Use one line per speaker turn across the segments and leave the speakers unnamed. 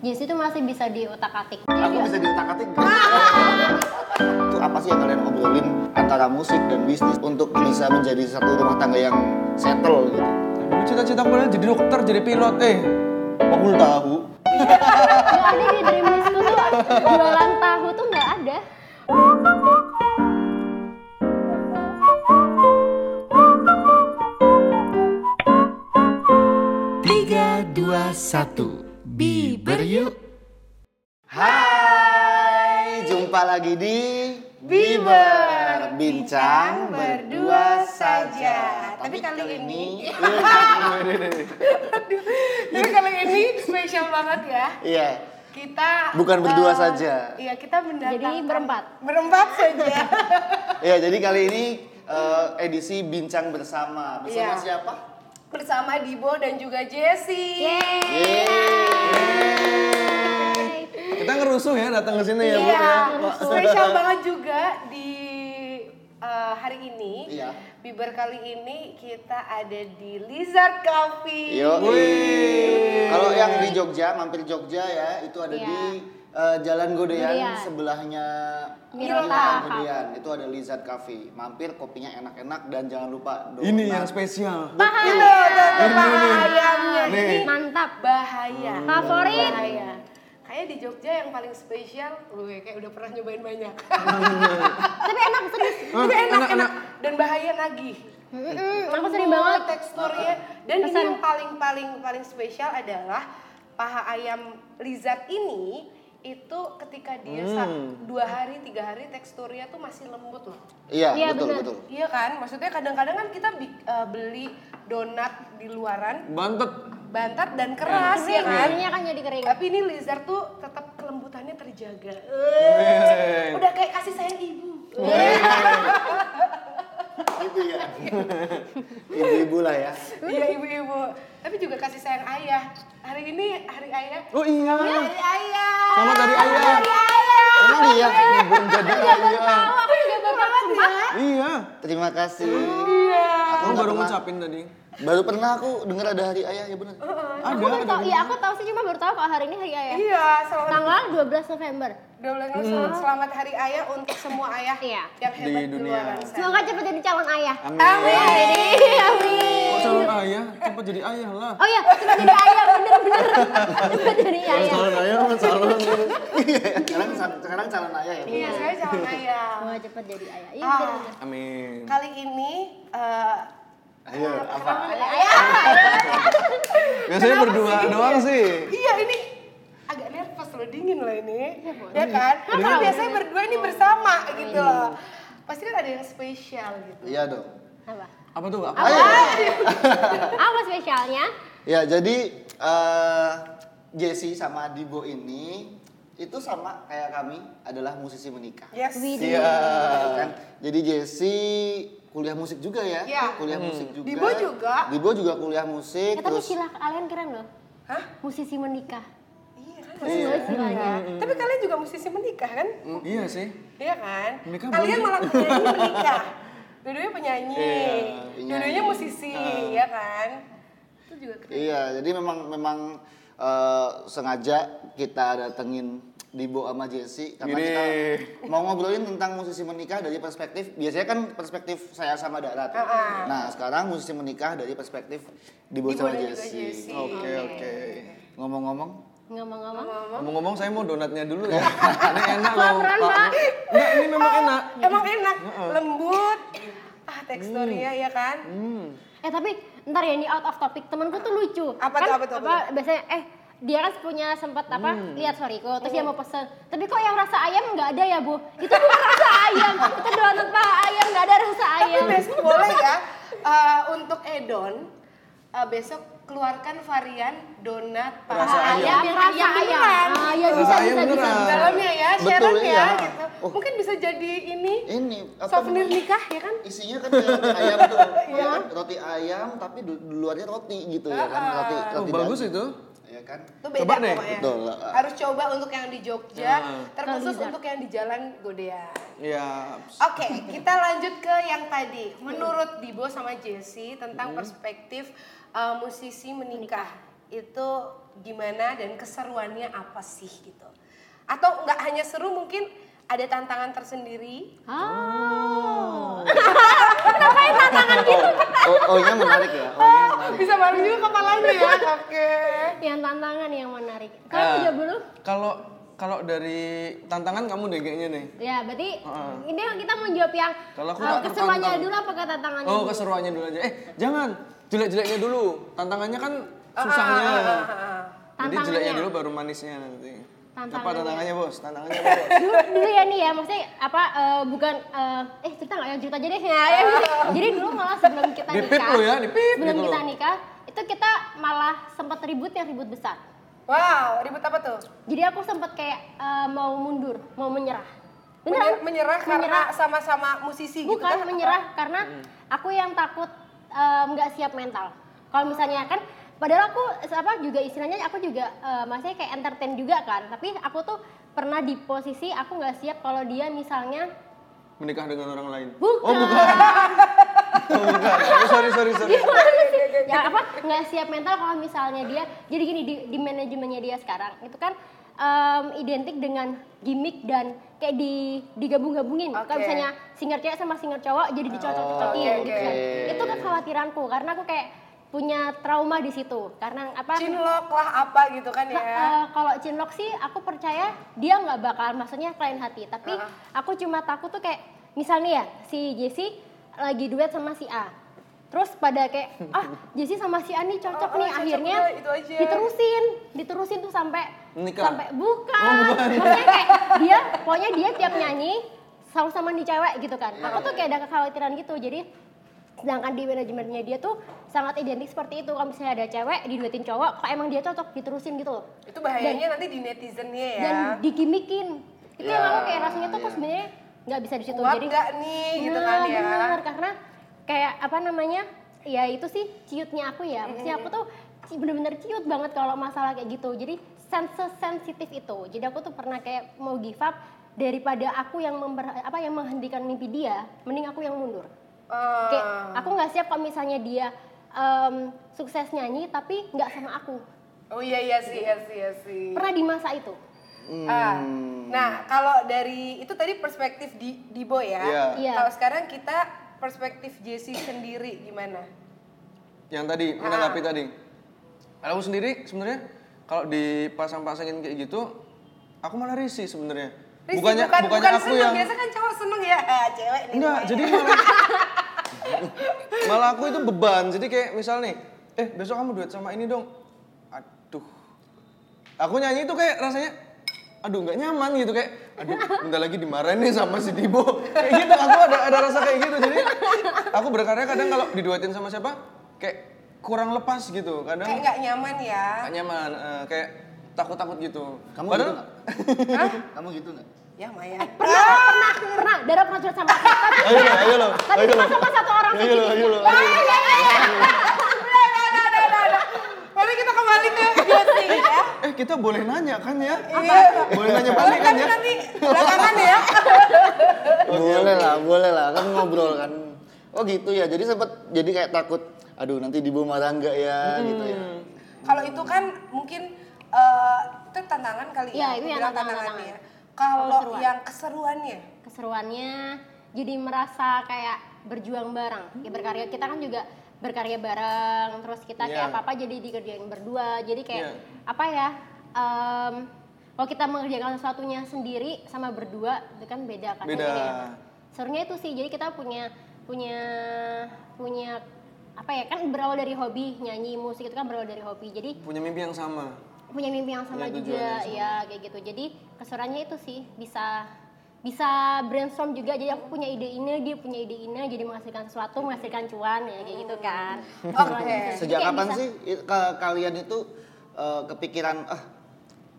Jis itu masih bisa diutak-atik.
Aku bisa diutak-atik
Ah.
Itu apa sih yang kalian obrolin antara musik dan bisnis untuk bisa menjadi satu rumah tangga yang settle gitu?
Dulu cita-cita gue jadi dokter, jadi pilot. Eh,
Aku udah tahu.
Gak ada di dream listku tuh jualan tahu tuh nggak ada.
Tiga, dua, satu, Biber yuk
Hai, jumpa lagi di Biber Bincang
berdua saja. Tapi kali ini, tapi kali ini spesial banget ya.
Iya,
Kita
Bukan berdua
eh,
saja.
Iya, kita mendatangkan
Jadi berempat.
berempat saja.
iya jadi kali ini eh, edisi Bincang Bersama Bersama
Iya.
siapa?
Bersama Dibo dan juga Jesse.
Yeay.
kita ngerusuh ya datang ke sini ya, Bu.
Iya,
ya.
spesial banget juga di eh, hari ini.
Iya.
Biber kali ini kita ada di Lizard Coffee.
Yo.
Wih.
Kalau yang di Jogja, mampir Jogja ya, itu ada
Iya.
di eh, Jalan Godean
Godean.
sebelahnya
Mirta.
Godean. Itu ada Lizard Cafe. Mampir kopinya enak-enak dan jangan lupa donat.
Ini yang spesial.
Itu tuh, tuh, paha ayamnya.
Nih.
Mantap.
bahaya
Favorit.
bahaya kayak Iya. di Jogja yang paling spesial lu ya, kayak udah pernah nyobain banyak
Tapi enak serius.
tapi enak,
enak,
enak dan bahaya nagih
Mm-mm, aku sering banget.
teksturnya dan ini
Pesan.
yang paling paling paling spesial adalah paha ayam lizard ini itu ketika dia sa- dua hari tiga hari teksturnya tuh masih lembut loh
Iya,
Iya,
betul
benar.
betul.
iya kan maksudnya kadang-kadang kan kita bi- eh, beli donat di luaran
Bantet.
bantat dan keras
Tapi
ya kan
akhirnya kan jadi kering.
Tapi ini lizard tuh tetap kelembutannya terjaga.
Wih.
Udah kayak kasih sayang ibu.
Ibu ya. Ibu-ibu lah ya.
Iya ibu-ibu. Tapi juga kasih sayang ayah. Hari ini hari ayah.
Oh iya.
Hari ayah.
Selamat hari ayah.
Hari ayah.
Emang iya. Belum jadi iya.
Aku juga baru banget ya.
Iya.
Terima kasih.
Iya.
Aku
Kamu
nggak
baru
pernah-
ngucapin tadi.
Baru pernah aku dengar ada hari ayah ya benar.
aku baru tahu, iya aku tahu sih cuma baru tahu kalau hari ini hari ayah.
Iya, selamat
Tanggal 12 November.
Udah ulang
Hmm.
tahun, selamat, selamat hari ayah untuk semua ayah
Iya.
yang hebat di
dunia.
luar sana.
Semoga cepat jadi calon ayah.
Amin.
Amin.
Kok
Amin.
Oh, calon ayah? Cepet jadi ayah lah.
Oh iya, cepat jadi ayah bener-bener. Cepat jadi ayah.
Calon ayah sama calon. Iya, sekarang sekarang calon ayah ya. Bu?
Iya, saya calon ayah.
Semoga cepat jadi ayah. Iya,
Ah.
bener-bener.
Amin.
Kali ini eh,
Ayo, Iya, apa?
Biasanya berdua doang sih.
Iya ini agak nervous loh dingin loh ini ya kan kan biasanya berdua ini bersama gitu loh pasti kan ada yang spesial gitu
Iya dong.
Apa?
Apa tuh? Apa?
Ayo.
Apa spesialnya?
Ya jadi eh Jesse sama Dibo ini itu sama kayak kami adalah musisi menikah.
yes
Widih.
Iya. Kan? Jadi Jesse kuliah musik juga ya?
Iya.
Kuliah musik juga.
Dibo juga.
Dibo juga kuliah musik.
Hmm. Ya, tapi
terus
sila kalian keren loh.
Hah?
Musisi menikah.
iya kan
Keren banget silanya.
tapi kalian juga musisi menikah kan
Mm, Iya sih.
iya kan
Menikah
kalian
belum. Iya,
malah penyanyi menikah dua-duanya penyanyi
penyanyi.
dua-duanya musisi
Ah.
ya kan itu juga keren
Iya. Jadi memang memang eh, sengaja kita datengin Dibo sama Jesse karena
Gini.
kita mau ngobrolin tentang musisi menikah dari perspektif biasanya kan perspektif saya sama Darat. ya. Nah sekarang musisi menikah dari perspektif Dibo,
Dibo
sama
dan juga
Jesse.
Jesse.
Oke, oke.
Ngomong-ngomong,
Ngomong-ngomong.
Ngomong-ngomong saya mau donatnya dulu ya. Ini enak loh.
Kelaparan, Pak.
Enggak, ini memang enak.
emang enak lembut ah teksturnya
Mm.
ya kan
Eh tapi ntar ya ini out of topic. Temanku tuh lucu.
Apa
kan,
tuh, apa tuh, apa
biasanya eh dia kan punya sempat apa lihat sorryku terus dia mau pesen tapi kok yang rasa ayam nggak ada ya bu itu bukan rasa ayam itu donat paha ayam nggak ada rasa ayam
Besok boleh ya eh, untuk Edon eh, besok keluarkan varian donat paha
Rasa
ayam
ayam yang
rasa
ayam
ayam
beneran.
ah, ya
Rasa
bisa bisa
ayam
bisa
beneran.
Di dalamnya ya,
Betul,
sharean
iya.
ya gitu.
Oh.
Mungkin bisa jadi ini
ini apa
souvenir
namanya?
nikah ya kan?
isinya kan kayak roti ayam tuh ya kan? roti ayam tapi di di luarnya roti gitu ya kan roti
Oh,
roti
bagus
daging.
itu.
ya kan
Itu beda
Coba deh.
pokoknya.
Betul. Ah.
Harus coba untuk yang di Jogja,
Kalau
terkhusus
di-
untuk yang di Jalan Godean.
Iya.
Oke, kita lanjut ke yang tadi.
Hmm.
Menurut Dibo sama Jesse tentang perspektif uh, eh, musisi menikah. itu gimana dan keseruannya apa sih gitu. Atau nggak hanya seru mungkin ada tantangan tersendiri.
Oh.
Oh, ohnya menarik ya. Ohnya menarik.
Bisa malu juga kepalanya ya. Oke.
Yang tantangan yang menarik. Kamu
Eh,
jawab dulu.
Kalau kalau dari tantangan kamu deh kayaknya nih.
Ya, berarti ini kita mau jawab yang
Kalau aku
eh,
tak
keseruannya
tertantang.
dulu apa ke tantangannya?
Oh
dulu?
keseruannya dulu aja. Eh jangan jelek-jeleknya dulu. Tantangannya kan
Ah,
susahnya.
Ah,
Jadi
Tantangannya.
jeleknya dulu baru manisnya nanti. Apa
Tantangannya.
tantangannya bos? Tantangannya apa, bos?
dulu, dulu ya nih ya maksudnya apa eh, bukan eh, eh cerita nggak ya cerita aja deh ya,
Ah.
ya. jadi dulu malah sebelum kita nikah
Dipip lu ya, dipip
sebelum
gitu
kan? kita
lu.
nikah itu kita malah sempat ribut yang ribut besar
Wow, ribut apa tuh?
jadi aku sempat kayak eh, mau mundur mau menyerah
Menyer-
beneran
menyerah karena
Menyerah.
sama-sama musisi gitu
bukan
kan?
menyerah karena aku yang takut eh, nggak siap mental kalau misalnya kan padahal aku eh, apa juga istilahnya aku juga eh, maksudnya kayak entertain juga kan tapi aku tuh pernah di posisi aku nggak siap kalau dia misalnya
Menikah dengan orang lain.
Bukan.
Oh bukan. Oh, bukan. Oh, sorry sorry sorry.
Gimana sih? Ya apa? Nggak siap mental kalau misalnya dia. Jadi gini di, di manajemennya dia sekarang itu kan em, identik dengan gimmick dan kayak di digabung-gabungin. Kalau
Oke.
misalnya singer cewek sama singer cowok jadi dicocok-cocokin
oke,
gitu kan. Itu kekhawatiranku karena aku kayak punya trauma di situ karena apa?
Cinlok lah apa gitu kan
Nah,
ya.
eh, kalau cinlok sih aku percaya dia nggak bakal maksudnya klien hati tapi aku cuma takut tuh kayak misalnya ya si Jesse lagi duet sama si A terus pada kayak ah Jesse sama si A nih cocok
Oh, oh,
nih
cocok
akhirnya
udah, itu aja.
diterusin diterusin tuh sampai
Nikah?
sampai
Oh,
bukan, maksudnya kayak dia pokoknya dia tiap nyanyi sama-sama nih cewek gitu kan aku tuh kayak ada kekhawatiran gitu jadi sedangkan di manajemennya dia tuh sangat identik seperti itu kalau misalnya ada cewek diduetin cowok kok emang dia cocok diterusin gitu loh
Itu bahayanya nanti di netizennya ya.
dan gitu, digimikin itu yang
Ya,
aku kayak rasanya tuh kok
ya.
sebenarnya nggak bisa di situ
Iya. Kuat
jadi
nggak nih gitu kan
Nah,
ya.
bener, karena kayak apa namanya ya itu sih ciutnya aku ya maksudnya aku tuh ci- bener-bener ciut banget kalau masalah kayak gitu jadi sense sensitif itu jadi aku tuh pernah kayak mau give up daripada aku yang member- apa yang menghentikan mimpi dia mending aku yang mundur
Eh,
kayak aku nggak siap kalau misalnya dia em, sukses nyanyi tapi nggak sama aku
oh iya iya sih iya sih iya sih.
pernah di masa itu
Ah,
Hmm.
nah kalau dari itu tadi perspektif di Dibo ya.
Iya.
Iya.
Kalau sekarang kita perspektif Jesse sendiri gimana?
Yang tadi
Ah.
menanggapi tadi. Kalau aku sendiri sebenarnya kalau dipasang-pasangin kayak gitu, aku malah risih sebenarnya.
Rizky,
Bukannya
bukan,
bukannya
bukan
aku
seneng,
yang
biasa kan cowok seneng ya Ah, cewek nih.
Enggak,
pokoknya.
jadi malah, malah aku itu beban. Jadi kayak misal nih, eh besok kamu duet sama ini dong. Aduh. Aku nyanyi itu kayak rasanya aduh nggak nyaman gitu kayak aduh bentar lagi dimarahin nih sama si Dibo kayak gitu aku ada ada rasa kayak gitu jadi aku berkarya kadang kalau diduetin sama siapa kayak kurang lepas gitu
kayak
kadang
nggak nyaman ya.
nggak nyaman eh, kayak takut-takut gitu
Kamu
Padahal-
gitu Kamu gitu nggak?
Ya Maya.
pernah pernah pernah Dara pernah curhat sama aku tapi
ayo lo ayo lo
tapi cuma sama satu orang
ayo lo
sensitif
ayo lo
Mari kita kembali ke Jesse ya.
eh kita boleh nanya kan ya
Iya.
boleh nanya
Boleh
balik
kan
kan ya
nanti belakangan ya.
boleh lah, boleh lah. Kan ngobrol kan. Oh gitu ya. Jadi sempat jadi kayak takut. Aduh nanti dibawa marah nggak ya
Hmm.
gitu ya.
Kalau itu kan mungkin eh, itu tantangan kali ya.
Iya,
aku
itu yang
bilang
tantangan, Oh,
tantangannya. Kalau
Keseruan.
yang keseruannya,
keseruannya jadi merasa kayak berjuang bareng ya berkarya kita kan juga berkarya bareng terus kita kayak
Iya.
apa apa jadi dikerjain berdua jadi kayak
Iya.
apa ya em, kalau kita mengerjakan sesuatunya sendiri sama berdua itu kan beda kan
Beda.
Jadi kayak, serunya itu sih jadi kita punya punya punya apa ya kan berawal dari hobi nyanyi musik itu kan berawal dari hobi jadi
punya mimpi yang sama
punya mimpi yang sama
Punya tujuan
juga
yang sama.
ya kayak gitu jadi kesurannya itu sih bisa bisa brainstorm juga jadi aku punya ide ini dia punya ide ini jadi menghasilkan sesuatu menghasilkan cuan ya kayak gitu kan Keseruannya
Oke.
itu. Jadi
Sejak
kayak
kapan
bisa-
sih i- ke- kalian itu eh, kepikiran ah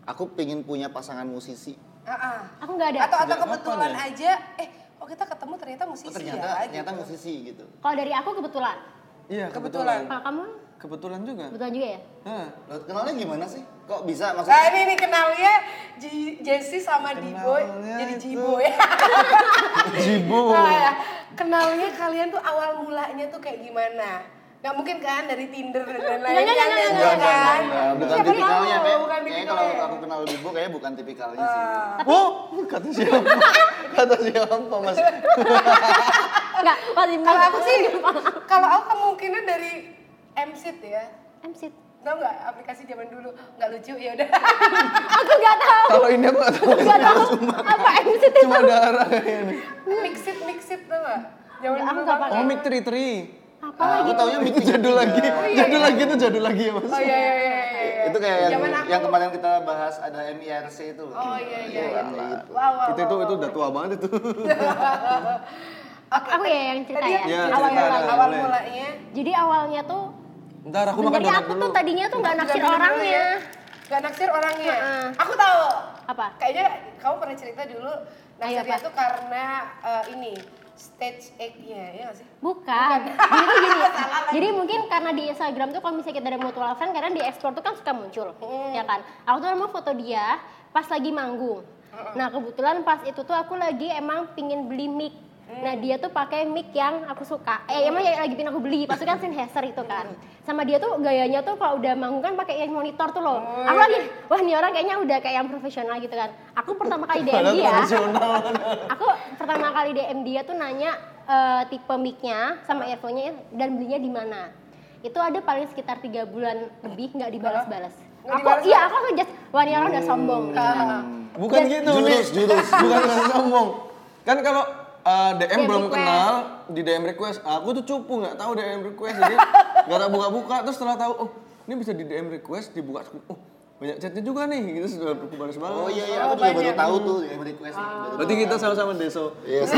aku pingin punya pasangan musisi. Oh,
ah, ah.
aku nggak ada
atau atau
Sejak
kebetulan
kapan
aja, eh, oh kita ketemu ternyata musisi
ya? Oh, ternyata
ya.
ternyata
gitu.
musisi gitu.
kalau dari aku kebetulan
iya
Kebetulan.
kebetulan
kalau kamu
kebetulan juga
kebetulan juga ya
Hah.
Loh, kenalnya gimana sih? Kok bisa
Nah
maksudnya?
ini nih kenalnya J- Jesse sama Dibo
Kenalnya
jadi
itu.
Jibo ya.
jibu
Nah, kenalnya kalian tuh awal mulanya tuh kayak gimana? Nggak mungkin kan dari Tinder dan
Nggak,
lain-lain
nggak,
kan?
nggak,
Nggak,
nggak,
kan?
Nah, bukan
Siapa
tipikalnya,
tahu,
Be.
bukan
Kayaknya
tipikalnya. Ah.
kalau aku kenal Bibo kayaknya bukan tipikalnya sih.
Oh, kata siapa? Kata siapa mas?
Enggak, paling
Kalau aku sih, kalau aku kemungkinan dari MSIT ya.
MC.
Tahu nggak aplikasi zaman dulu nggak lucu ya udah.
Aku nggak tahu,
Kalau ini aku nggak tahu.
nggak tahu apa MC itu.
Cuma darah kayaknya. nih.
Mixit, mixit tuh nggak?
Nggak,
Zaman
Ya, aku
dulu
nggak
banget.
Oh, mic tri tri.
Apa lagi?
gitu?
Aku Ah, taunya Mik tiga
Jadul lagi,
iya,
jadul lagi itu jadul lagi ya mas.
Oh iya iya iya. iya, iya.
Itu kayak yang,
Zaman aku-
yang kemarin kita bahas ada MIRC itu loh.
Oh iya iya. iya.
Iya, gitu.
Wow wow.
Itu itu
wow,
itu
wow.
udah tua banget itu.
Oke,
Aku ya yang cerita
Tadi
ya.
Iya,
awal,
cerita,
awal,
ada,
awal
boleh.
mulanya.
Jadi awalnya tuh
Ntar aku makan
sebenarnya
donat
aku
dulu.
tuh tadinya tuh nggak naksir
Nggak minum dulu
orangnya.
ya. Nggak naksir orangnya.
Heeh.
Aku tahu.
Apa?
Kayaknya kamu pernah cerita dulu
Iya,
naksirnya
apa?
tuh karena eh, ini stage egg-nya, ya nggak sih?
Bukan. Jadi tuh gini. jadi mungkin karena di Instagram tuh kalau misalnya kita ada mutual friend, kadang di explore tuh kan suka muncul, ya kan. Aku tuh mau foto dia pas lagi manggung. Nah kebetulan pas itu tuh aku lagi emang pingin beli mic. Nah dia tuh pakai mic yang aku suka. Eh emang yang lagi pingin aku beli. Pas itu kan Sennheiser itu kan. Sama dia tuh gayanya tuh kalau udah manggung kan pakai yang monitor tuh loh. Aku lagi, wah nih orang kayaknya udah kayak yang profesional gitu kan. Aku pertama kali DM
Padahal
dia
profesional.
aku pertama kali DM dia tuh nanya eh, tipe mic-nya sama earphone-nya dan belinya di mana. Itu ada paling sekitar tiga bulan lebih nggak dibalas-balas. Aku
Nggak dibalas-balas? Hmm.
iya aku langsung just wah ini orang udah sombong gitu kan.
Bukan gitu nih.
Jurus, jurus.
Bukan nggak sombong. Kan kalau uh, DM
DM
belum
request.
kenal di DM request, aku tuh cupu nggak tahu DM request jadi nggak tak buka-buka. Terus setelah tahu, oh ini bisa di DM request dibuka, oh banyak chatnya juga nih, gitu sudah aku balas balas.
Oh iya iya, aku juga baru tahu tuh yang request. Baru
Berarti kita sama-sama deso.
Iya,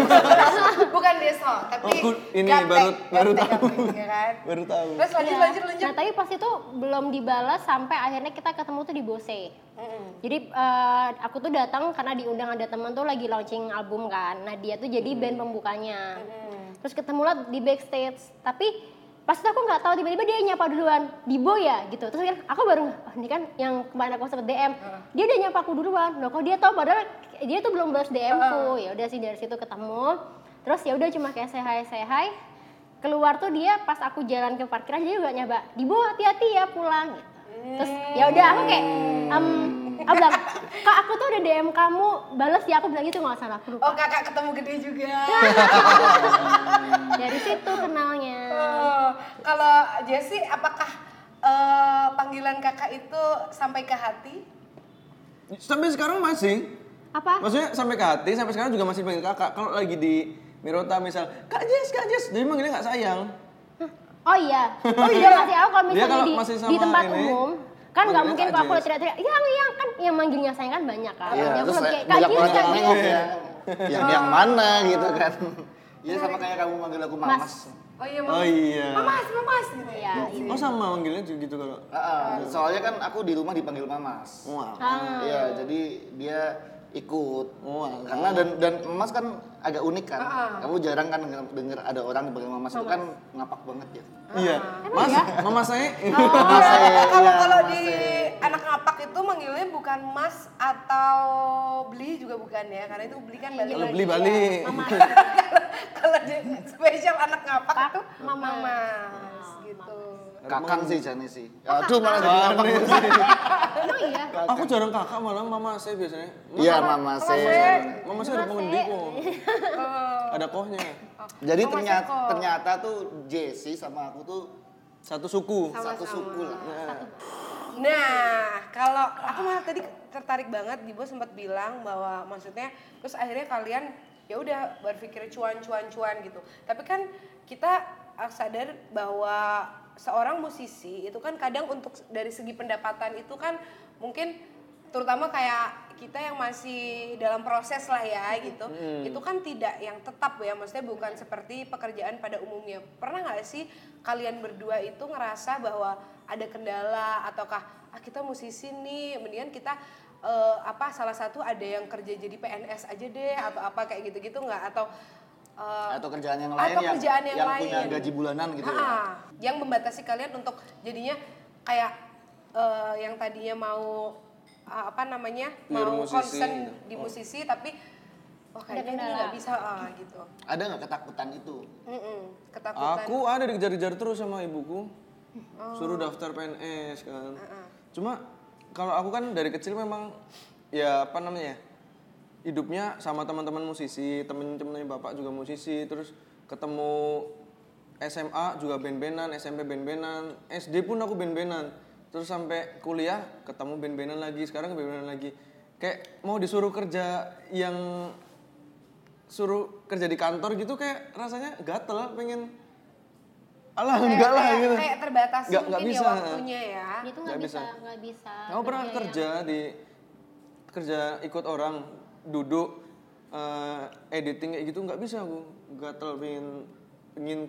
Bukan deso, tapi
Aku Oh, ini
gaptek,
baru baru
gaptek,
tahu.
gaptek, ya kan?
Baru tahu.
Terus lanjut
Iya.
lanjut lanjut.
Nah tapi pas itu belum dibalas sampai akhirnya kita ketemu tuh di Bose. Jadi eh, aku tuh datang karena diundang ada teman tuh lagi launching album kan. Nah dia tuh jadi band pembukanya. Terus ketemulah di backstage. Tapi pas itu aku nggak tahu tiba-tiba dia nyapa duluan di ya gitu. Terus kan aku baru oh, ini kan yang kemarin aku sempet DM. Dia udah nyapa aku duluan. Loh kok dia tahu padahal dia tuh belum balas DM ku. Ya udah sih dari situ ketemu. Terus ya udah cuma kayak say hi say hi keluar tuh dia pas aku jalan ke parkiran dia juga nyaba dibo hati-hati ya pulang gitu terus ya udah aku kayak em aku bilang kak aku tuh udah dm kamu balas ya aku bilang gitu nggak salah aku lupa
Oh kakak ketemu gede juga.
dari situ kenalnya
Oh, kalau Jessie, apakah eh, panggilan kakak itu sampai ke hati?
Sampai sekarang masih.
apa
Maksudnya sampai ke hati, sampai sekarang juga masih panggil kakak. Kalau lagi di Mirota misal, Kak Jess, Kak Jess, jadi manggilnya nggak sayang.
oh iya oh iya masih aku kalau
Dia
misalnya
kalau
di,
masih sama
di tempat
ini,
umum kan nggak
manggilnya
mungkin
Kak
kalau aku
Jess.
teriak-teriak yang yang kan yang manggilnya sayang kan banyak kan
Iya,
Ya, aku
terus
lebih
saya
kayak kak
banyak
Jis kak gitu."
orang yang
Jis."
nengok ya. Yang yang mana gitu kan. Iya sama kayak kamu manggil aku
Mas.
Mamas.
Oh iya,
Oh
mamas,
iya.
mamas, mamas gitu ya.
ya
Oh sama manggilnya juga gitu kalau.
Heeh, Ah, soalnya kan aku di rumah dipanggil Mamas.
Wah.
Iya, jadi dia ikut. karena dan dan Mas kan agak unik kan. Kamu jarang kan denger, denger ada orang dipanggil Mamas, itu kan ngapak banget ya.
Iya. Oh, Mas, mama saya.
Kalau kalau
iya,
kalau
mas,
di anak ngapak itu manggilnya bukan mas atau beli juga bukan ya, karena itu beli kan balik.
Kalau beli balik.
kalau di spesial anak ngapak itu
Mamas.
mamas gitu.
Kakang sih Jane sih. Aduh malah jadi ngapak.
emang iya
Aku jarang kakak malah mama saya biasanya.
Iya Mamas. saya.
Eh, Mama saya ada pengendi kok.
Oh,
Ada kohnya.
Jadi
Mamas
ternyata
Eko.
ternyata tuh Jesse sama aku tuh
Satu suku.
satu suku lah. Iya.
Nah, kalau aku malah tadi tertarik banget Dibo sempat bilang bahwa maksudnya terus akhirnya kalian ya udah berpikir cuan-cuan-cuan gitu. Tapi kan kita harus sadar bahwa seorang musisi itu kan kadang untuk dari segi pendapatan itu kan mungkin terutama kayak kita yang masih dalam proses lah ya gitu itu kan tidak yang tetap ya maksudnya bukan seperti pekerjaan pada umumnya pernah nggak sih kalian berdua itu ngerasa bahwa ada kendala ataukah ah kita musisi nih mendingan kita eh, apa salah satu ada yang kerja jadi PNS aja deh atau apa kayak gitu-gitu nggak atau eh,
Atau kerjaan yang lain
atau
yang,
kerjaan yang lain.
punya gaji bulanan gitu ya.
Ah, yang membatasi kalian untuk jadinya kayak eh, yang tadinya mau ah, apa namanya
Pure
mau
musisi
concern
gitu.
di musisi tapi wah kayaknya ini
kendala.
nggak bisa ah gitu.
Ada nggak ketakutan itu?
Mm-mm, ketakutan.
Aku ada dikejar-kejar terus sama ibuku. Suruh daftar PNS kan. Cuma kalau aku kan dari kecil memang ya apa namanya? Hidupnya sama teman-teman musisi, temen-temennya bapak juga musisi, terus ketemu SMA juga ben-benan, SMP ben-benan, SD pun aku ben-benan. Terus sampai kuliah ketemu ben-benan lagi, sekarang ben-benan lagi. Kayak mau disuruh kerja yang suruh kerja di kantor gitu kayak rasanya gatel pengen alah
Kayak-
enggak lah
kayak,
gitu
kayak terbatas
Nggak-
mungkin
nggak
ya
bisa.
waktunya
Dia
ya.
tuh gitu nggak
Nggak
bisa,
bisa.
nggak bisa. Iya.
kamu pernah
Iya,
kerja yang-
kerja di kerja ikut orang duduk eh, editing kayak gitu nggak bisa aku gatel pengen pengen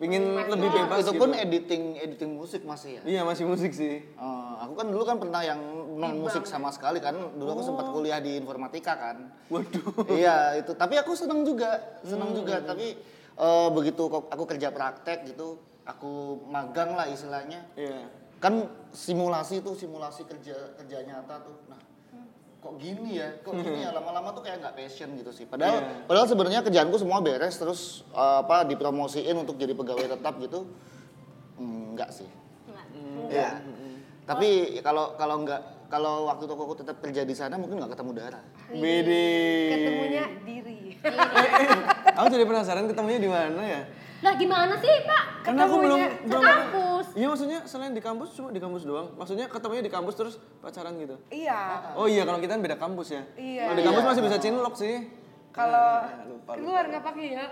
pengen lebih
Iya.
bebas
itu
gitu.
pun editing editing musik masih ya.
iya masih musik sih
Eh, aku kan dulu kan pernah yang non musik sama sekali kan. Dulu aku sempat
Oh.
kuliah di informatika kan.
waduh ya.
iya itu tapi aku seneng juga
Hmm.
seneng juga tapi eh, begitu kok- aku kerja praktek gitu aku magang lah istilahnya
iya
kan simulasi tuh simulasi kerja kerja nyata tuh nah kok gini ya kok gini ya lama-lama tuh kayak nggak passion gitu sih padahal
Iya.
padahal sebenarnya kerjaanku semua beres terus eh, apa dipromosiin untuk jadi pegawai tetap gitu Hmm, enggak sih
Nggak.
Iya. tapi kalau kalau enggak kalau waktu toko aku tetap kerja di sana mungkin nggak ketemu darah
Bede.
Ketemunya diri.
aku jadi penasaran ketemunya di mana ya
Lah gimana sih Pak?
Karena aku belum
Ketemunya
belum
sekampus.
Iya maksudnya selain di kampus cuma di kampus doang. Maksudnya ketemunya di kampus terus pacaran gitu.
Iya.
Oh iya kalau kita kan beda kampus ya.
Iya.
Kalau di kampus masih bisa cinlok sih.
Kalau
Nah, lupa, lupa.
keluar nggak pakai ya?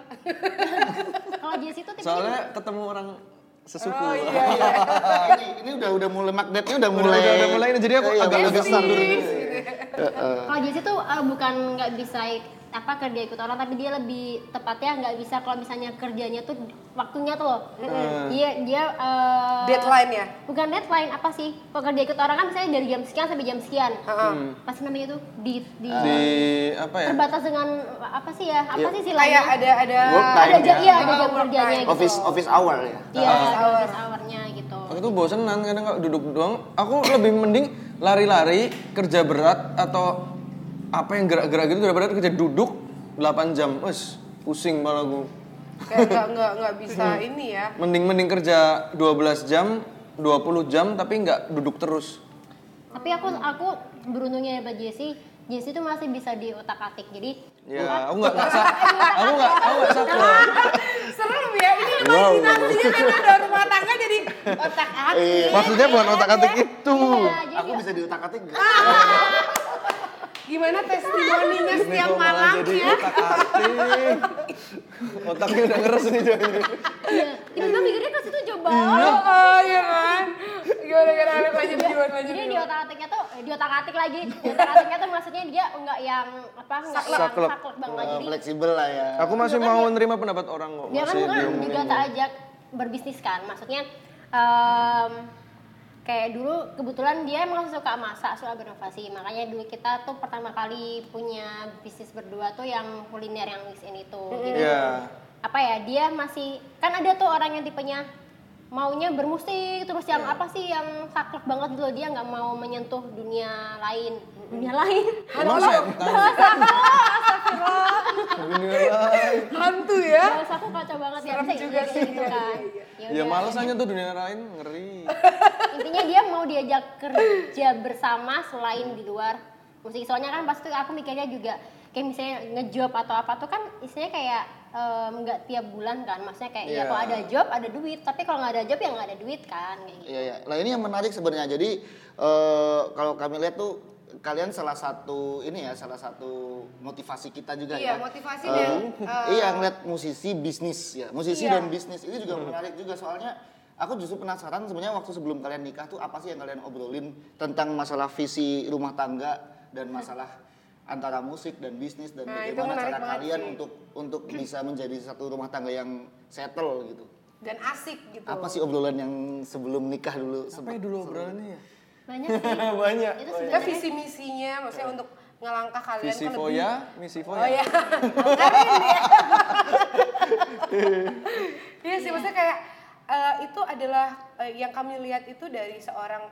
Kalau Jessi tuh tipenya
Soalnya ketemu orang sesuku.
Oh iya iya.
ini, ini udah udah mulai magnetnya udah
Udah,
mulai
udah, udah mulai jadi aku
Iya,
agak
mulai
agak
besar.
Kalau Jessi tuh eh, bukan nggak bisa ik- apa kerja ikut orang tapi dia lebih tepatnya nggak bisa kalau misalnya kerjanya tuh waktunya tuh loh dia dia eh,
Deadline ya.
bukan deadline apa sih kalau kerja ikut orang kan misalnya dari jam sekian sampai jam sekian pasti namanya itu di, di
Ah.
Di apa ya?
terbatas dengan apa sih ya apa sih silanya
Iya. Kayak ada ada.
Work time.
ada jam
ya.
iya ada jam
Oh, work
kerjanya
time.
gitu
Office office hour ya.
iya ada office hournya gitu
Aku tuh bosenan kadang kalau duduk doang. Aku lebih mending lari-lari kerja berat atau apa yang gerak-gerak gitu daripada kerja duduk 8 jam. Wes, pusing malah gue.
Kayak nggak nggak nggak bisa
Hmm.
ini ya.
Mending mending kerja 12 jam, 20 jam tapi nggak duduk terus.
tapi aku aku beruntungnya ya Pak Jesse Jesse tuh masih bisa di otak atik jadi
Ya, aku nggak nggak sa- aku nggak aku nggak saklek.
Serem ya, ini imajinasinya karena kan ada rumah tangga jadi otak atik
Iya. Maksudnya bukan otak-atik itu.
Iya, Ah, jadi
Aku bisa diutak-atik enggak?
Gimana testimoninya
Ini
setiap
kok malah
malam
jadi
ya?
otak-atik. Otaknya udah ngeres nih jadi.
iya tiba-tiba mikirnya ke situ coba
Iya.
Oh, oh ya kan? Gimana gimana gimana, lanjut gimana lanjut
jadi di
gimana?
otak atiknya tuh eh, di otak atik lagi di otak atiknya tuh maksudnya dia nggak yang apa nggak yang
Saklek.
saklek banget
Eh,
jadi
fleksibel lah ya.
Aku masih mau nerima pendapat orang kok.
dia kan
Masih
kan
diomongin.
juga tak ajak berbisnis kan maksudnya em, kayak dulu kebetulan dia emang suka masak suka berinovasi makanya dulu kita tuh pertama kali punya bisnis berdua tuh yang kuliner yang mix in itu Jadi,
Iya.
apa ya dia masih kan ada tuh orang yang tipenya maunya bermusik terus yang
Iya.
apa sih yang saklek banget gitu loh. dia nggak mau menyentuh dunia lain
Hmm.
dunia lain
Emang setan. Alhamdulillah.
Hantu ya?
bahasa aku kacau banget ya
Serem
bisa
juga
Inggris
sih,
gitu
iya,
kan
iya,
Ya
Yaudah.
males aja tuh dunia lain ngeri.
intinya dia mau diajak kerja bersama selain di luar musik soalnya kan pasti aku mikirnya juga kayak misalnya ngejob atau apa tuh kan istilahnya kayak em, nggak tiap bulan kan maksudnya kayak ya
Iya.
kalau ada job ada duit tapi kalau nggak ada job ya nggak ada duit kan kayak gitu
Iya, iya. Nah, ini yang menarik sebenarnya. Jadi eh, kalau kami lihat tuh kalian salah satu ini ya, salah satu motivasi kita juga
Iya,
ya.
motivasi
Eh,
dan,
iya, ngeliat musisi bisnis ya. Musisi
Iya.
dan bisnis itu juga menarik juga soalnya aku justru penasaran sebenarnya waktu sebelum kalian nikah tuh apa sih yang kalian obrolin tentang masalah visi rumah tangga dan masalah antara musik dan bisnis dan
Nah, itu
bagaimana
menarik
cara
banget
kalian
sih.
untuk untuk bisa menjadi satu rumah tangga yang settle gitu.
Dan asik gitu.
Apa sih obrolan yang sebelum nikah dulu?
Apa ya
sempet-
dulu obrolannya ya?
banyak sih
Banyak.
itu
Kita
sebenarnya
visi misinya, maksudnya untuk ngelangkah kalian
Iya. Visi
ke lebih-
foya, misi
Oh
foya.
iya.
ya. Ngarin ya. Iya sih, maksudnya kayak eh, itu adalah eh, yang kami lihat itu dari seorang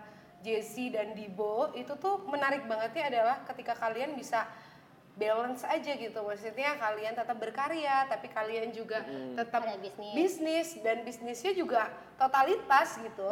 ya Jesse dan Dibo itu tuh menarik bangetnya adalah ketika kalian bisa balance aja gitu maksudnya kalian tetap berkarya tapi kalian juga tetap
Ada bisnis.
bisnis dan bisnisnya juga totalitas gitu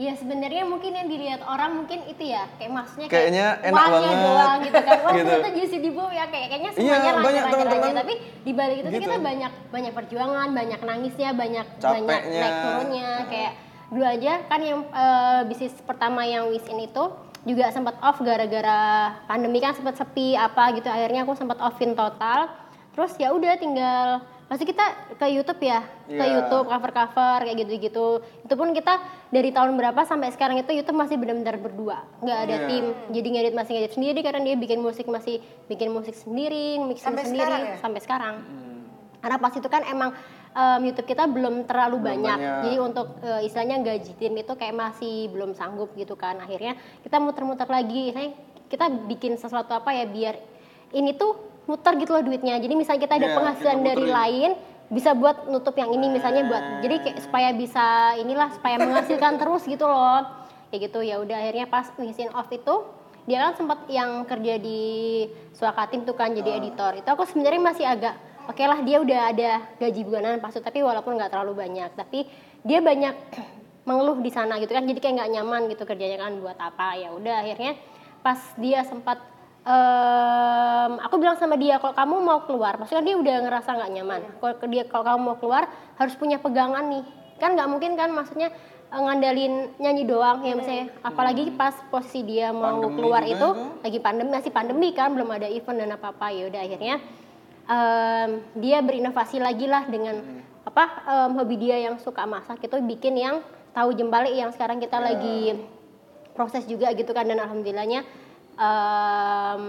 Ya sebenarnya mungkin yang dilihat orang mungkin itu ya kayak maksudnya
Kayaknya enak
uangnya
banget.
doang gitu kan. Wah
Gitu.
ternyata jadi di bawah ya kayak kayaknya semuanya
Iya,
lancar,
banyak
lancar,
teman-teman
lancar. tapi di balik itu tuh
gitu.
kita banyak banyak perjuangan, banyak nangisnya, banyak banyak
Capeknya.
naik turunnya kayak dulu aja kan yang eh, bisnis pertama yang Wisin itu juga sempat off gara-gara pandemi kan sempat sepi apa gitu akhirnya aku sempat offin total terus ya udah tinggal pasti kita ke YouTube ya ke
Iya.
YouTube cover-cover kayak gitu-gitu. Itu pun kita dari tahun berapa sampai sekarang itu YouTube masih benar-benar berdua, nggak ada
Iya.
tim. Jadi ngedit masih ngedit sendiri karena dia bikin musik masih bikin musik sendiri, mixing
Sampai
sendiri
sekarang ya?
sampai sekarang. Karena pas itu kan emang em, YouTube kita belum terlalu banyak.
banyak.
Jadi untuk eh, istilahnya gaji tim itu kayak masih belum sanggup gitu kan. Akhirnya kita muter-muter lagi. Istilahnya kita bikin sesuatu apa ya biar ini tuh muter gitu loh duitnya. Jadi misalnya kita ada
Iya,
penghasilan
kita
dari
muterin.
lain lain bisa buat nutup yang ini misalnya buat jadi kayak supaya bisa inilah supaya menghasilkan terus gitu loh kayak gitu ya udah akhirnya pas ngisiin off itu dia kan sempat yang kerja di Swakatim tuh kan
Ah.
jadi editor itu aku sebenarnya masih agak oke lah dia udah ada gaji bulanan pas itu tapi walaupun nggak terlalu banyak tapi dia banyak mengeluh di sana gitu kan jadi kayak nggak nyaman gitu kerjanya kan buat apa ya udah akhirnya pas dia sempat Em, aku bilang sama dia kalau kamu mau keluar, maksudnya dia udah ngerasa nggak nyaman. Kalau ke- dia kalau kamu mau keluar harus punya pegangan nih, kan nggak mungkin kan, maksudnya eh, ngandalin nyanyi doang ya misalnya. Apalagi pas posisi dia mau
Hmm. Pandemi
keluar
juga
itu
itu.
lagi pandemi masih pandemi kan, belum ada event dan apa apa ya udah akhirnya em, dia berinovasi lagi lah dengan
Hmm.
apa em, hobi dia yang suka masak itu bikin yang tahu jembalik yang sekarang
Iya.
kita lagi proses juga gitu kan dan alhamdulillahnya em,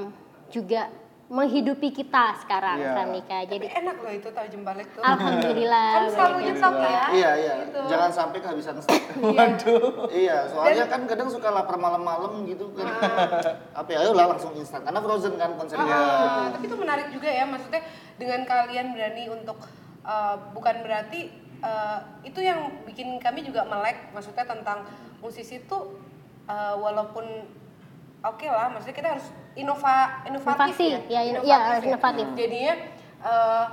juga menghidupi kita sekarang
Iya.
setelah nikah jadi
enak loh itu tahu jembalek tuh
alhamdulillah
kamu selalu nyetok ya
Iya iya,
Gitu.
jangan sampai kehabisan stok.
Waduh.
iya, soalnya kan kadang suka lapar malam-malam gitu kan. Apa ya, ayolah langsung instan. Karena frozen kan
Iya.
konsepnya.
Ah, tapi itu menarik juga ya maksudnya dengan kalian berani untuk eh, bukan berarti eh, itu yang bikin kami juga melek maksudnya tentang musisi itu eh, walaupun oke lah maksudnya kita harus inova inovatif
Inovasi, ya, in- ya, harus inovatif.
jadinya eh,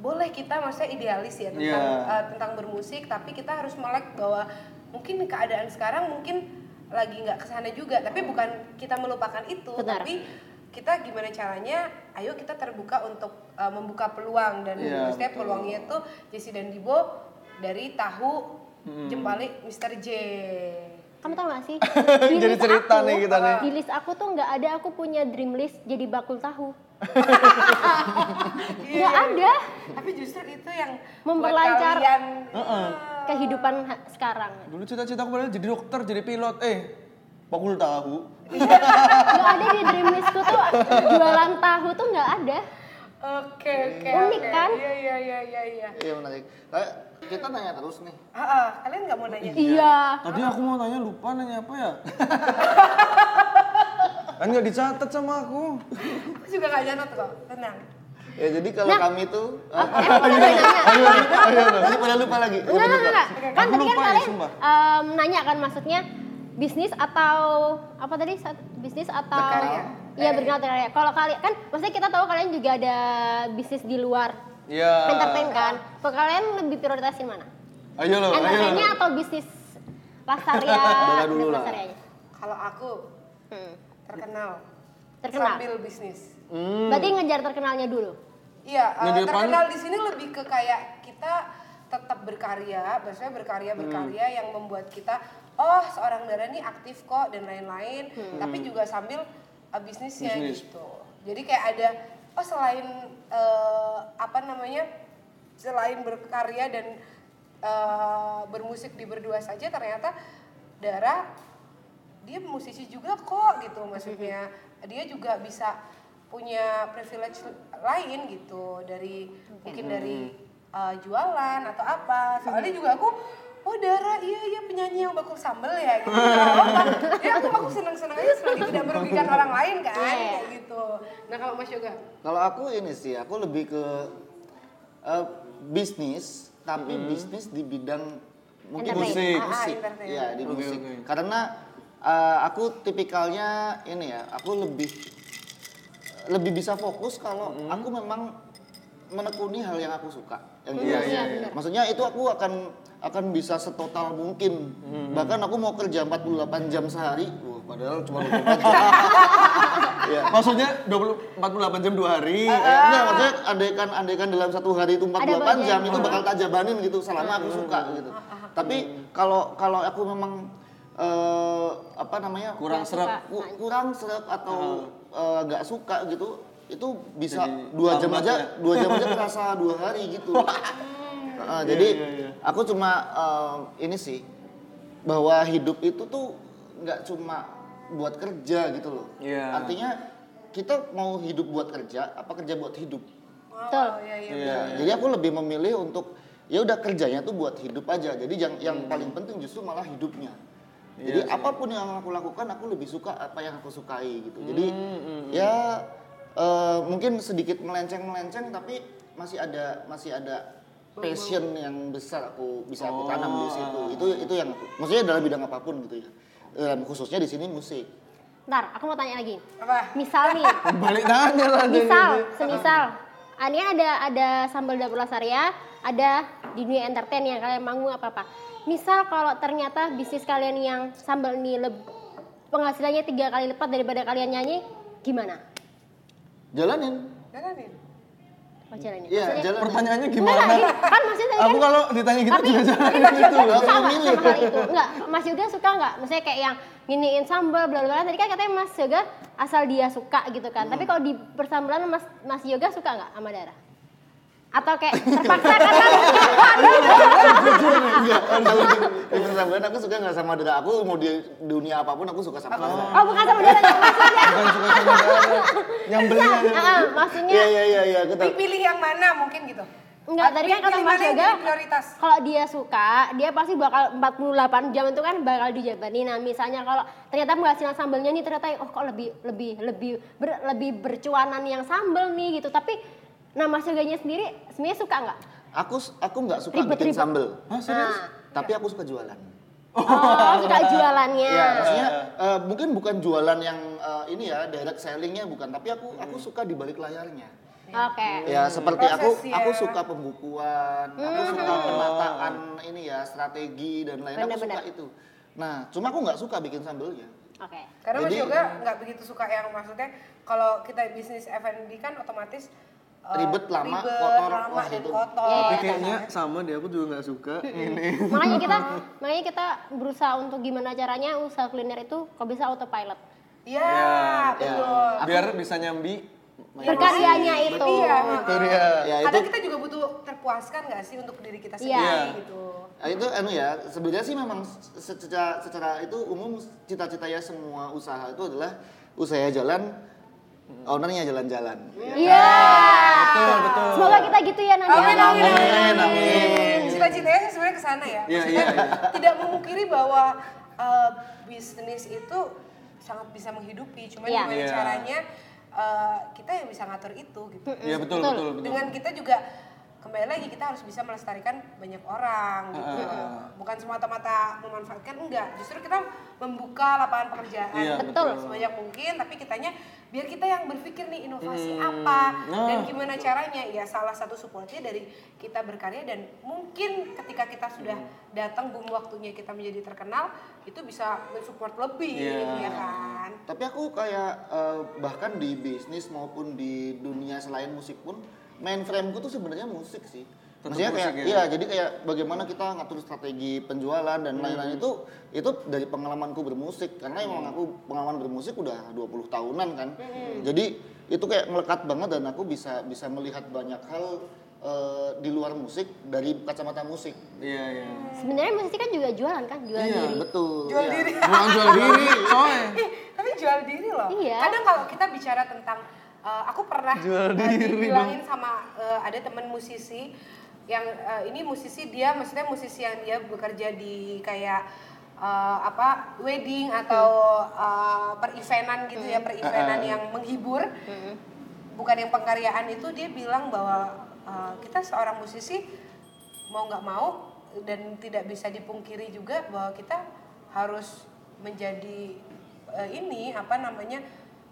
boleh kita maksudnya idealis ya tentang
Iya.
eh, tentang bermusik tapi kita harus melek bahwa mungkin keadaan sekarang mungkin lagi nggak kesana juga tapi bukan kita melupakan itu
Benar.
tapi kita gimana caranya ayo kita terbuka untuk uh, membuka peluang dan
Iya,
maksudnya
betul.
peluangnya itu Jesse dan Dibo dari tahu
Hmm.
jembalik Mr. J
kamu tau gak sih Di
Jadi
list
cerita
aku-
nih kita nih.
di list aku tuh nggak ada aku punya dream list jadi bakul tahu Ya
Iya,
nggak ada
tapi justru itu yang
Memperlancar.
buat kalian
kehidupan ha- sekarang
Dulu cita-cita aku padahal jadi dokter, jadi pilot. Eh, bakul tahu.
nggak ada di dream listku tuh jualan tahu tuh nggak ada
oke
Iya,
oke
Unik
oke.
kan?
iya iya iya iya iya
Iya menarik. Nah, kita nanya terus nih.
Ah, ah, kalian nggak mau nanya
iya
Tadi aku mau nanya lupa nanya apa ya? kan nggak dicatat sama aku.
aku juga nggak nyatet kok tenang
Ya jadi kalau kami tuh
Eh, emang udah nanya?
nanti pada lupa lagi. Eh,
Enggak,
bener,
enggak, enggak. Kan
Aku
tadi kan
lupa ya,
kalian
sumpah.
em, nanya kan maksudnya bisnis atau apa tadi sat- bisnis atau
Berkarya.
Iya berkarya. berkarya. Kalau kalian kan maksudnya kita tahu kalian juga ada bisnis di luar
Iya.
entertain kan. Kalau kalian lebih prioritasin mana?
Ayo loh, ayo
Entertainnya
loh.
atau bisnis pasarnya?
Bola
Bisnis
dulu
ya.
lah.
pasarnya.
kalau aku
Hmm.
terkenal
Terkenal.
sambil bisnis
Hmm.
Berarti ngejar terkenalnya dulu.
Iya, eh,
Yang di depan-
terkenal di sini lebih ke kayak kita tetap berkarya, maksudnya berkarya
Hmm.
berkarya yang membuat kita oh seorang Dara ini aktif kok dan lain-lain,
Hmm.
tapi juga sambil eh, bisnisnya
Bisnis.
gitu. Jadi kayak ada oh selain eh, apa namanya selain berkarya dan eh, bermusik di berdua saja ternyata Dara dia musisi juga kok gitu maksudnya dia juga bisa punya privilege lain gitu dari mungkin dari uh, jualan atau apa soalnya
Hmm.
juga aku oh Dara iya iya penyanyi yang bakul sambel ya gitu ya aku aku seneng seneng aja selagi tidak merugikan orang lain kan
Iya.
kayak gitu nah kalau Mas Yoga
Kalau aku ini sih, aku lebih ke eh, bisnis, tapi bisnis di bidang mungkin
Entertain.
musik,
Ah, ah,
musik,
entertain.
ya di
Oke,
musik.
oke.
Karena eh, aku tipikalnya ini ya, aku lebih lebih bisa fokus kalau aku memang menekuni hal yang aku suka. Yang
Iya,
jelas.
iya,
iya.
Maksudnya itu aku akan akan bisa setotal mungkin. Bahkan aku mau kerja 48 jam sehari, Wah, padahal cuma 24 jam. Iya.
Maksudnya 20, 48 jam 2 hari.
Ya, enggak, maksudnya andaikan andaikan dalam satu hari itu 48
banyak.
jam itu bakal tak jabanin gitu selama aku suka gitu. Tapi kalau kalau aku memang eh, apa namanya
Kurang
serap.
ku- kurang serap atau eh, nggak suka gitu itu bisa
Jadi
dua jam
lambat
aja
ya?
dua jam aja kerasa dua hari gitu. Heeh, jadi
iya, iya.
aku cuma eh, ini sih bahwa hidup itu tuh nggak cuma buat kerja gitu loh.
Iya.
Artinya kita mau hidup buat kerja apa kerja buat hidup?
Betul.
Oh, iya, iya.
Iya.
Jadi aku lebih memilih untuk ya udah kerjanya tuh buat hidup aja. Jadi yang yang paling penting justru malah hidupnya. Jadi apapun yang aku lakukan aku lebih suka apa yang aku sukai gitu. Jadi ya eh, mungkin sedikit melenceng-melenceng tapi masih ada masih ada passion yang besar aku bisa aku tanam di situ. Itu itu yang maksudnya dalam bidang apapun gitu ya. Dalam khususnya di sini musik.
Ntar, aku mau tanya lagi.
Apa?
Misal nih,
Balik nanya gitu. lah. jadi-
misal, semisal, ini ada ada sambal dapur Lasaria, ada di dunia entertain yang kalian manggung apa apa. Misal kalau ternyata bisnis kalian yang sambal ini leb- penghasilannya tiga kali lipat daripada kalian nyanyi, gimana?
Jalanin.
Jalanin.
Oh, jalanin.
Iya,
Maksudnya-
jalanin.
Pertanyaannya
Enggak,
gimana?
gini. kan maksudnya tadi
Aku
kan
kalau ditanya gitu juga jangan
tapi Mas
gitu.
Yoga
loh.
sama,
Milih.
sama hal itu enggak Mas Yoga suka enggak misalnya kayak yang giniin sambal bla bla bla. tadi kan katanya Mas Yoga asal dia suka gitu kan tapi kalau di persambelan Mas Mas Yoga suka enggak sama Dara atau kayak terpaksa karena
Enggak, kalau di, di persahabatan aku suka nggak sama Dara. Aku mau di dunia apapun aku suka sama Dara.
oh bukan sama Dara maksudnya
Bukan suka sama Dara. Yang beli
Ah, ah, maksudnya
Iya iya iya iya aku tahu.
Dipilih yang mana mungkin gitu.
Enggak,
Ah,
tadi kan kata
pilih
Mas
mana yang
Yoga,
jadi prioritas.
kalau dia suka, dia pasti bakal 48 jam itu kan bakal dijabanin. Nah, misalnya kalau ternyata penghasilan sambalnya nih ternyata oh kok lebih lebih lebih ber- lebih bercuanan yang sambal nih gitu. Tapi nah Mas Yoganya sendiri sebenarnya suka nggak?
Aku aku nggak suka
Ribet,
bikin
ribet.
sambel.
Hah, Ah, serius?
Nah.
Tapi aku suka jualan.
Oh, suka jualannya.
Iya, maksudnya eh, mungkin bukan jualan yang eh, ini ya direct sellingnya bukan, tapi aku aku suka di balik layarnya.
Oke.
Ya seperti aku
Proses ya.
aku suka pembukuan, aku
Hmm.
suka penataan ini ya strategi dan lain aku suka
Benar-benar.
itu. Nah, cuma aku nggak suka bikin sambelnya.
Oke.
Karena Mas
Jadi-
Yoga nggak begitu suka yang maksudnya kalau kita bisnis F&B kan otomatis eh,
Ribet, lama,
ribet,
kotor,
lama
wah,
dan
itu.
kotor.
Tapi kayaknya sama deh, aku juga nggak suka. Ini.
Makanya kita makanya kita berusaha untuk gimana caranya usaha kuliner itu kok bisa autopilot.
Iya, betul.
Biar bisa nyambi.
Berkaryanya itu.
Iya.
Itu dia.
Ya itu
Kadang kita juga butuh terpuaskan nggak sih untuk diri kita sendiri
Iya.
gitu.
Nah, itu anu ya sebenarnya sih memang secara secara itu umum cita-citanya semua usaha itu adalah usaha jalan ownernya jalan-jalan ya.
Iya.
Betul, betul.
Semoga kita gitu ya nanti.
Amin, amin, amin.
amin.
Cita-citanya sih sebenarnya ke sana ya.
Iya,
Maksudnya
iya,
Tidak memungkiri bahwa eh, bisnis itu sangat bisa menghidupi, cuman
Iya.
gimana
Iya.
caranya eh, kita yang bisa ngatur itu gitu.
Hmm.
Iya betul,
Betul.
betul, betul.
Dengan kita juga kembali lagi kita harus bisa melestarikan banyak orang gitu.
Ah.
Bukan semata-mata memanfaatkan enggak, justru kita membuka lapangan pekerjaan
Iya,
gitu,
betul.
sebanyak mungkin tapi kitanya biar kita yang berpikir nih inovasi apa
nah.
dan gimana caranya ya salah satu supportnya dari kita berkarya dan mungkin ketika kita sudah
Hmm.
datang belum waktunya kita menjadi terkenal itu bisa mensupport lebih
Iya.
ya kan
tapi aku kayak eh, bahkan di bisnis maupun di dunia selain musik pun mainframe ku tuh sebenarnya musik sih
Tetep
Maksudnya kayak
musik ya?
iya jadi kayak bagaimana kita ngatur strategi penjualan dan lain-lain
Hmm.
itu itu dari pengalamanku bermusik karena emang aku pengalaman bermusik udah 20 tahunan kan.
Hmm.
Jadi itu kayak melekat banget dan aku bisa bisa melihat banyak hal eh, di luar musik dari kacamata musik.
Iya, iya.
Sebenarnya musisi kan juga jualan kan, jualan
Iya,
diri.
Betul.
jual
iya.
diri
Bukan jual diri, coy.
Ih, Eh, tapi jual diri loh.
Iya.
Kadang kalau kita bicara tentang eh, aku pernah
Jual
eh,
diri
dibilangin sama eh, ada teman musisi yang eh, ini musisi dia maksudnya musisi yang dia bekerja di kayak eh, apa wedding atau eh, perivenan gitu
Mm.
ya, perivenan
Ah,
yang menghibur. Bukan yang pengkaryaan itu dia bilang bahwa eh, kita seorang musisi mau nggak mau dan tidak bisa dipungkiri juga bahwa kita harus menjadi eh, ini apa namanya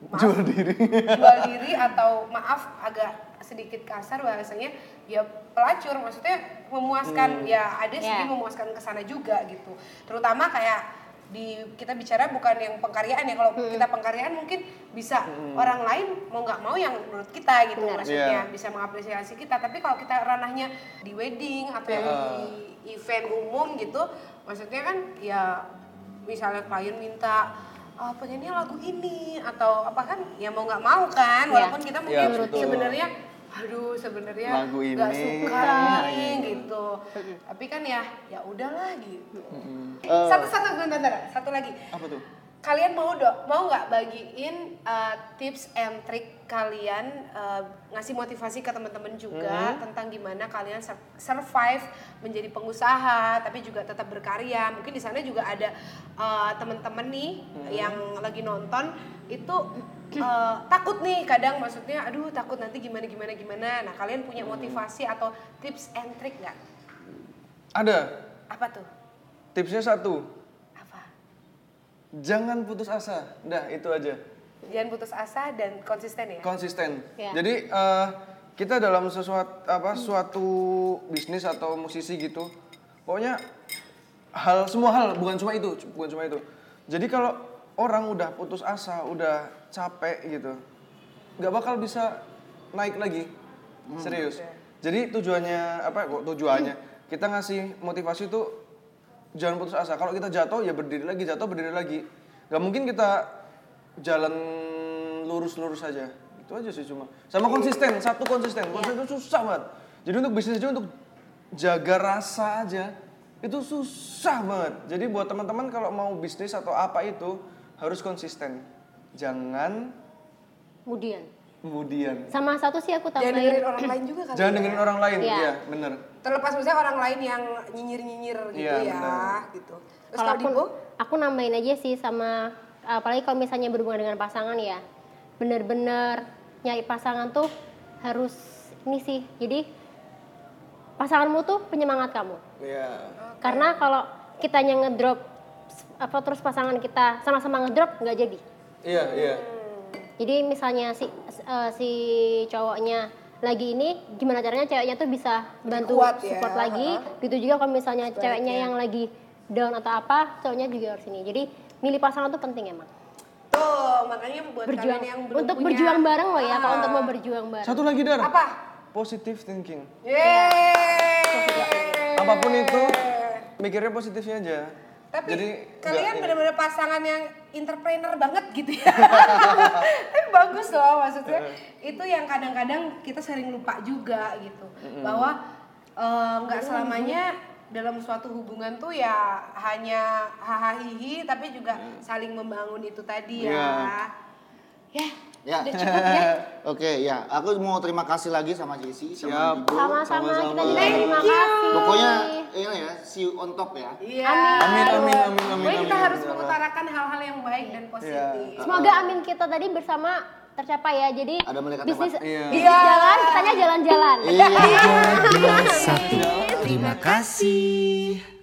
maaf,
Jual diri.
jual diri atau maaf agak sedikit kasar bahasanya ya pelacur maksudnya memuaskan
Hmm.
ya ada segi
Ya.
memuaskan ke sana juga gitu terutama kayak di kita bicara bukan yang pengkaryaan ya kalau kita pengkaryaan mungkin bisa orang lain mau nggak mau yang menurut kita gitu maksudnya
Hmm. Iya.
bisa mengapresiasi kita tapi kalau kita ranahnya di wedding atau yang
Iya.
di event umum gitu maksudnya kan ya misalnya klien minta "Ah, pengennya lagu ini atau apa kan ya mau nggak mau kan
Iya.
walaupun kita mungkin
betul.
sebenarnya aduh sebenarnya
Lagu
nggak
ini,
suka nih gitu tapi kan ya ya udahlah gitu satu satu bentar, bentar. satu lagi
Apa tuh?
kalian mau dok mau nggak bagiin uh, tips and trick kalian uh, ngasih motivasi ke teman-teman juga tentang gimana kalian sur- survive menjadi pengusaha tapi juga tetap berkarya mungkin di sana juga ada uh, teman-teman nih yang lagi nonton itu uh, takut nih kadang maksudnya aduh takut nanti gimana gimana gimana nah kalian punya motivasi atau tips and trick nggak
Ada.
apa tuh
Tipsnya satu.
apa
Jangan putus asa. Dah, itu aja.
jangan putus asa dan konsisten ya
konsisten.
Iya.
Jadi eh, kita dalam sesuatu apa suatu bisnis atau musisi gitu, pokoknya hal semua hal bukan cuma itu, bukan cuma itu. Jadi kalau orang udah putus asa, udah capek gitu, nggak bakal bisa naik lagi. Serius. Jadi tujuannya apa? Kok tujuannya? Kita ngasih motivasi tuh jangan putus asa. Kalau kita jatuh ya berdiri lagi, jatuh berdiri lagi. Gak mungkin kita jalan lurus-lurus saja. Itu aja sih cuma. Sama konsisten, satu konsisten. Konsisten itu susah banget. Jadi untuk bisnis aja untuk jaga rasa aja itu susah banget. Jadi buat teman-teman kalau mau bisnis atau apa itu harus konsisten. Jangan
kemudian
kemudian
sama satu sih aku
jangan dengerin
tambahin
orang lain juga kali
jangan
ya.
dengerin orang lain.
Iya.
Iya, bener.
terlepas misalnya orang lain yang nyinyir nyinyir gitu
Iya,
ya
benar.
gitu terus
kalau
kalau
aku
Dipo
aku nambahin aja sih sama apalagi kalau misalnya berhubungan dengan pasangan ya bener-bener nyari pasangan tuh harus ini sih jadi pasanganmu tuh penyemangat kamu
Iya.
Karena kalau kitanya ngedrop apa terus pasangan kita sama-sama ngedrop nggak jadi.
Iya, iya.
Jadi misalnya si eh, si cowoknya lagi ini gimana caranya ceweknya tuh bisa bantu
kuat ya.
support lagi. Gitu juga kalau misalnya ceweknya yang lagi down atau apa, cowoknya juga harus ini. Jadi milih pasangan tuh penting emang.
tuh makanya buat
Berjuang
kalian yang belum
untuk
punya-
berjuang bareng loh ya, kalau
Ah.
untuk mau berjuang bareng.
Satu lagi Dar.
apa
Positive thinking.
Yeay.
Apapun itu mikirnya positifnya aja.
tapi
Jadi
kalian
nggak-
benar-benar pasangan yang entrepreneur banget gitu ya tapi bagus loh maksudnya itu yang kadang-kadang kita sering lupa juga gitu bahwa eh, nggak selamanya dalam suatu hubungan tuh ya hanya hahaha hihi, tapi juga
Mm.
saling membangun itu tadi ya
Iya.
ya
Ya.
udah cukup ya
Oke, ya. Aku mau terima kasih lagi sama Jesse,
Siap.
sama Dibo.
Sama-sama kita juga
Thank
terima
you.
kasih.
Pokoknya ini ya, see you on top ya.
Iya.
Amin, amin, amin, amin,
Pokoknya kita
amin,
harus
amin. Iya.
mengutarakan hal-hal yang baik dan positif
Semoga amin kita tadi bersama tercapai ya. Jadi
Ada malaikat
bisnis,
lewat.
Iya.
bisnis jalan, kitanya jalan-jalan.
Iya.
Dua, dua, satu. Terima kasih.